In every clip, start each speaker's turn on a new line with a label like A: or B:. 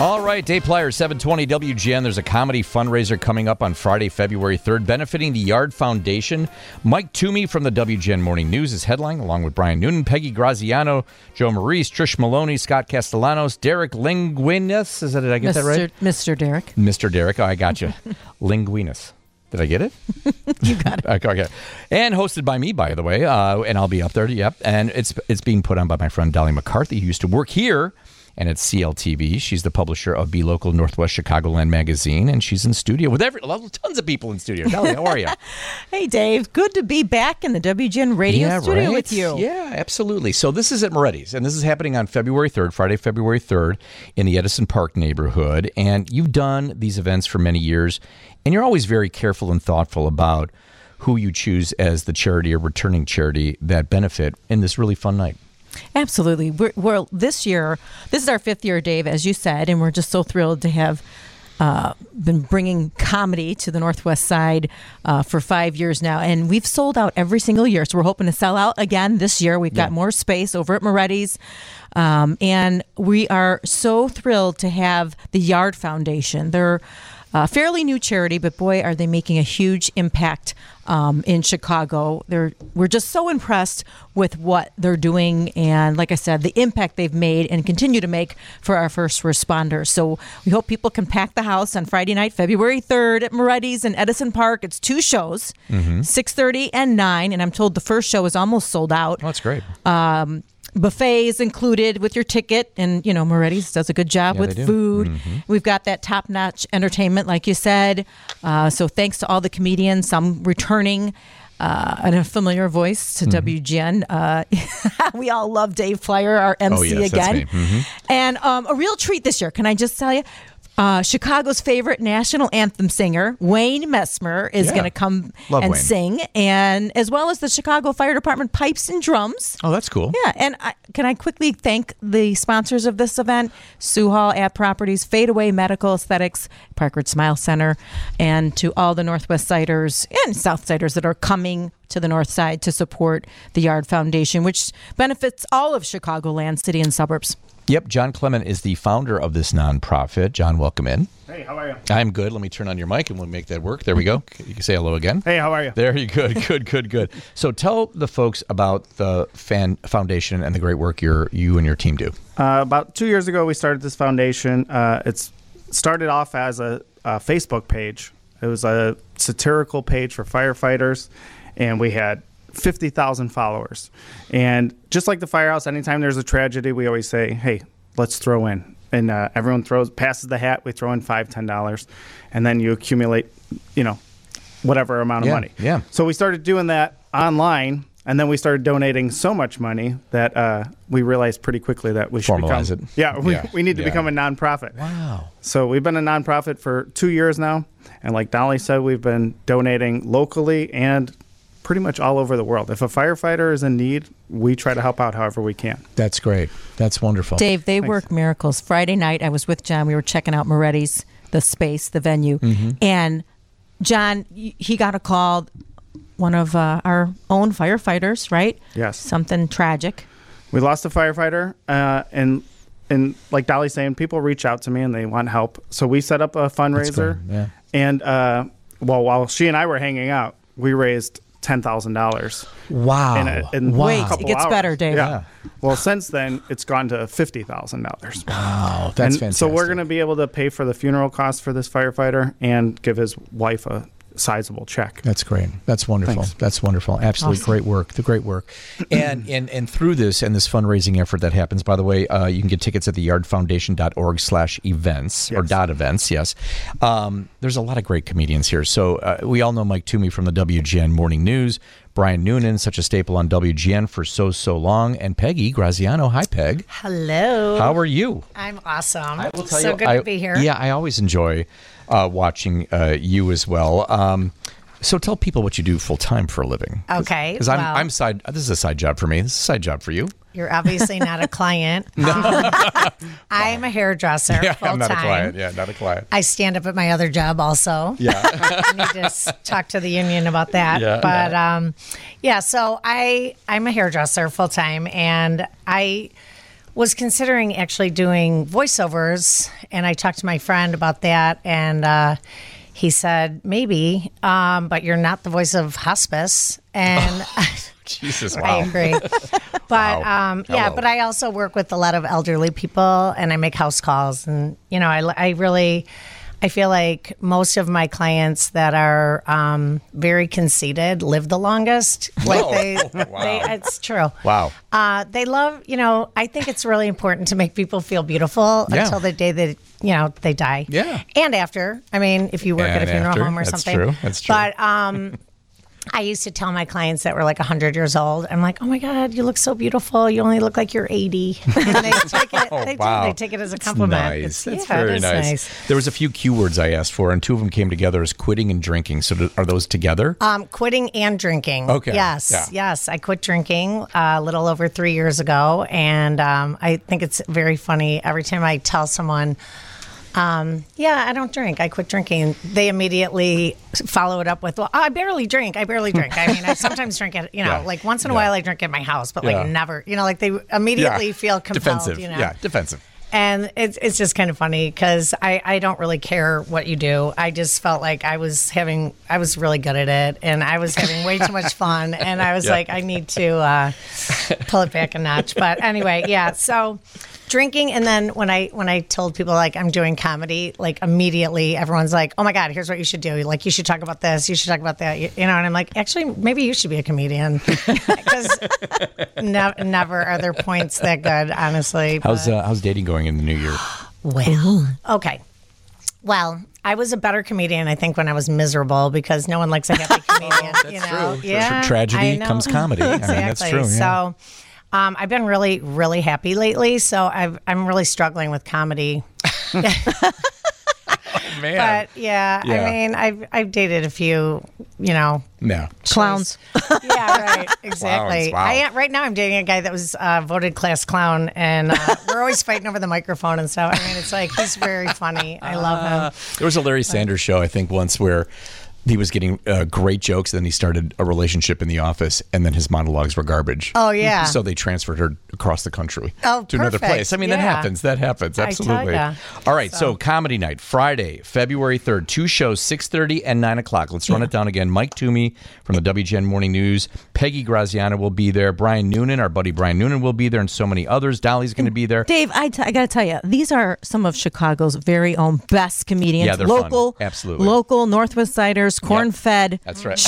A: All right, Day Plier 720 WGN. There's a comedy fundraiser coming up on Friday, February 3rd, benefiting the Yard Foundation. Mike Toomey from the WGN Morning News is headlining, along with Brian Noonan, Peggy Graziano, Joe Maurice, Trish Maloney, Scott Castellanos, Derek Linguinus. Is that did I get that right?
B: Mr. Derek.
A: Mr. Derek. Oh, I got you. Linguinus. Did I get it? you got it. okay, okay. And hosted by me, by the way. Uh, and I'll be up there. Yep. And it's it's being put on by my friend Dolly McCarthy, who used to work here and at CLTV. She's the publisher of Be Local Northwest Chicagoland magazine, and she's in studio with every tons of people in studio. Dolly, how are you?
B: Hey, Dave. Good to be back in the WGN radio studio
A: right?
B: with you.
A: Yeah, absolutely. So this is at Moretti's, and this is happening on February 3rd, Friday, February 3rd, in the Edison Park neighborhood. And you've done these events for many years, and you're always very careful and thoughtful about who you choose as the charity or returning charity that benefit in this really fun night.
B: Absolutely. We're, we're this year. This is our fifth year, Dave, as you said, and we're just so thrilled to have uh, been bringing comedy to the Northwest Side uh, for five years now, and we've sold out every single year. So we're hoping to sell out again this year. We've got more space over at Moretti's, um, and we are so thrilled to have the Yard Foundation. They're a fairly new charity, but boy, are they making a huge impact um, in Chicago. They're we're just so impressed with what they're doing, and like I said, the impact they've made and continue to make for our first responders. So we hope people can pack the house on Friday night, February third at Moretti's in Edison Park. It's two shows, six thirty and nine, and I'm told the first show is almost sold out
A: Well, Oh, that's great.
B: Uh, buffets included with your ticket and you know moretti's does a good job with
A: they do. Mm-hmm.
B: food we've got that top-notch entertainment like you said uh, so thanks to all the comedians some returning uh, and a familiar voice
A: Mm-hmm.
B: to WGN. Uh, we all love Dave Flyer, our MC
A: Oh, yes, that's
B: again.
A: me. Mhm.
B: And um, a real treat this year, can I just tell you? Uh, Chicago's favorite national anthem singer, Wayne Messmer, is
A: Yeah.
B: going to come
A: Love
B: and
A: Wayne.
B: sing, and as well as the Chicago Fire Department pipes and drums.
A: Oh, that's cool.
B: Yeah, and I, can I quickly thank the sponsors of this event? Sue Hall at Properties, Fadeaway Medical Aesthetics, Parkwood Smile Center, and to all the Northwest Siders and South Siders that are coming to the North Side to support the Yard Foundation, which benefits all of Chicagoland, city and suburbs.
A: Yep, John Clement is the founder of this nonprofit. John, welcome in.
C: Hey, how are you?
A: I'm good. Let me turn on your mic and we'll make that work. There we go. You can say hello again.
C: Hey, how are you?
A: There you good, good, good, good. So tell the folks about the fan foundation and the great work your you and your team do.
C: Uh, about two years ago, we started this foundation. Uh, it's started off as a, a Facebook page. It was a satirical page for firefighters, and we had 50,000 followers. And just like the firehouse, anytime there's a tragedy, we always say, "Hey, let's throw in." And uh, everyone throws passes the hat. We throw in five, ten dollars, and then you accumulate, you know, whatever amount of
A: Yeah,
C: money.
A: yeah.
C: So we started doing that online, and then we started donating so much money that uh, we realized pretty quickly that we should
A: Formalize
C: become,
A: it.
C: Yeah, we,
A: Yeah,
C: we need to
A: yeah.
C: become a nonprofit.
A: Wow.
C: So we've been a nonprofit for two years now, and like Dolly said, we've been donating locally and pretty much all over the world. If a firefighter is in need, we try to help out however we can.
A: That's great. That's wonderful.
B: Dave, they work miracles. Friday night, I was with John. We were checking out Moretti's, the space, the venue, and John y- he got a call, one of uh, our own firefighters, right?
C: Yes.
B: something tragic.
C: We lost a firefighter, uh, and and like Dolly's saying, people reach out to me and they want help. So we set up a fundraiser,
A: great, yeah.
C: and uh, well, while she and I were hanging out, we raised ten thousand dollars.
A: Wow.
C: in a, in
A: wow.
B: Wait,
C: a couple
B: it gets
C: hours.
B: better, Dave.
C: Yeah. Well, since then, it's gone to fifty thousand dollars.
A: wow. That's
C: And
A: fantastic.
C: so we're going to be able to pay for the funeral costs for this firefighter and give his wife a sizable check.
A: That's great. That's wonderful.
C: Thanks.
A: That's wonderful. Absolutely
B: Awesome.
A: great work. The great work, and and and through this and this fundraising effort that happens. By the way, uh, you can get tickets at theyardfoundation.org slash events or
C: Yes.
A: dot events. Yes, um, there's a lot of great comedians here. So uh, we all know Mike Toomey from the WGN Morning News, Brian Noonan, such a staple on WGN for so so long, and Peggy Graziano. Hi, Peg.
D: Hello.
A: How are you?
D: I'm awesome. I
A: will tell
D: so
A: you,
D: good
A: I-
D: to be here.
A: Yeah, I always enjoy uh, watching uh, you as well. Um, so tell people what you do full time for a living.
D: Okay,
A: because I'm,
D: Oh, well-
A: I'm side. This is a side job for me. This is a side job for you.
D: You're obviously not a client. Um, I'm a hairdresser full time.
A: Yeah, not a client.
D: I stand up at my other job also. Yeah. I need to s- talk to the union about that.
A: Yeah,
D: but
A: yeah.
D: um yeah, so I I'm a hairdresser full time and I was considering actually doing voiceovers, and I talked to my friend about that, and uh, he said maybe, um, but you're not the voice of hospice, and
A: Jesus,
D: I
A: wow.
D: agree. but
A: Wow.
D: um, yeah,
A: Hello.
D: but I also work with a lot of elderly people, and I make house calls, and you know, I, I really. I feel like most of my clients that are um, very conceited live the longest. Like
A: Whoa.
D: they,
A: Wow.
D: they, it's true.
A: Wow.
D: Uh, they love, you know, I think it's really important to make people feel beautiful
A: Yeah.
D: until the day that, you know, they die.
A: Yeah.
D: And after. I mean, if you work at a
A: And
D: funeral
A: after.
D: home or
A: That's
D: something.
A: true. That's true.
D: But um, I used to tell my clients that were like 100 years old, I'm like, oh my God, you look so beautiful. You only look like you're 80. And they take it,
A: Oh,
D: they,
A: Wow.
D: do, they take it as a compliment.
A: Nice. That's
D: yeah, it
A: very
D: is
A: nice. There was a few Q words I asked for, and two of them came together as quitting and drinking. So do, are those together?
D: Um, quitting and drinking.
A: Okay.
D: Yes.
A: Yeah.
D: Yes. I quit drinking uh, a little over three years ago, and um, I think it's very funny every time I tell someone. Um, yeah, I don't drink. I quit drinking. They immediately follow it up with, "Well, I barely drink. I barely drink. I mean, I sometimes drink at, you know,
A: Yeah.
D: like once in a
A: Yeah.
D: while I drink at my house, but
A: Yeah.
D: like never, you know, like they immediately feel compelled,
A: defensive.
D: you know,
A: Yeah, defensive.
D: and it's it's just kind of funny because I I don't really care what you do. I just felt like I was having I was really good at it, and I was having way too much fun, and I was
A: Yeah.
D: like I need to uh, pull it back a notch. But anyway, yeah. So drinking, and then when I when I told people like I'm doing comedy, like immediately everyone's like, oh my god, here's what you should do. Like you should talk about this, you should talk about that, you, you know. And I'm like, actually, maybe you should be a comedian because nev- never are there points that good, honestly.
A: How's uh, how's dating going in the new year?
D: Well, okay. Well, I was a better comedian, I think, when I was miserable because no one likes a happy comedian. you know?
A: true.
D: Yeah,
A: Tra- tragedy
D: I know.
A: comes comedy. I mean,
D: exactly.
A: that's true, yeah.
D: So, um, I've been really, really happy lately. So I've, I'm really struggling with comedy.
A: Man,
D: But yeah,
A: Yeah.
D: I mean, I've, I've dated a few, you know.
A: no.
B: Clowns.
D: Yeah, right. Exactly.
A: wow.
D: I, right now, I'm dating a guy that was uh, voted class clown, and uh, we're always fighting over the microphone and stuff. I mean, it's like he's very funny. I love him.
A: There was a Larry Sanders show, I think, once where he was getting uh, great jokes, then he started a relationship in the office, and then his monologues were garbage.
D: Oh, yeah.
A: So they transferred her across the country
D: Oh,
A: to another
D: perfect.
A: place. I mean, that
D: Yeah.
A: happens. That happens.
D: tell
A: Absolutely.
D: ya.
A: All right. So. comedy night, Friday, February third, two shows, six thirty and nine o'clock. Let's run it down again. Mike Toomey from the WGN Morning News, Peggy Graziano will be there, Brian Noonan, our buddy Brian Noonan will be there, and so many others. Dolly's going to be there.
B: Dave, I, t- I got to tell you, these are some of Chicago's very own best comedians.
A: Yeah, they're fun.
B: local,
A: Absolutely.
B: local Northwest Siders, corn fed.
A: That's right.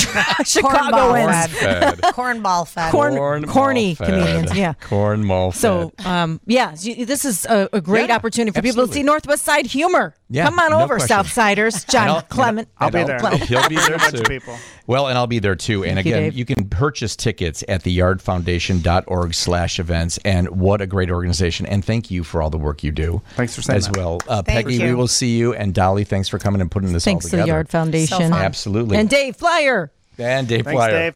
B: Chicagoans,
A: Fed.
D: Cornball fed.
B: corn, corny
A: mall fed.
B: comedians. Yeah.
A: Corn mall
B: So,
A: fed.
B: um, yeah, you, this is a, a great
A: Yeah,
B: opportunity for people to
A: absolutely.
B: see Northwest Side humor.
A: Yeah,
B: Come on
A: no
B: over,
A: question.
B: Southsiders. John
A: And I'll-
B: Clement.
A: and
C: be there.
B: Clement.
A: He'll be there
C: bunch of
A: too.
C: people.
A: Well, and I'll be there too. And
B: you,
A: again, you,
B: Dave.
A: can purchase tickets at theyardfoundation.org slash events. And what a great organization. And thank you for all the work you do.
C: Thanks for saying
A: As
C: that.
A: well. Uh,
D: Thank
A: Peggy,
D: you.
A: we will see you. And Dolly, thanks for coming and putting this
B: Thanks
A: all
B: to the
A: together.
B: Yard Foundation.
D: So fun.
A: Absolutely.
B: And Dave Flyer.
A: And Dave
C: Thanks,
A: Flyer.
C: Dave.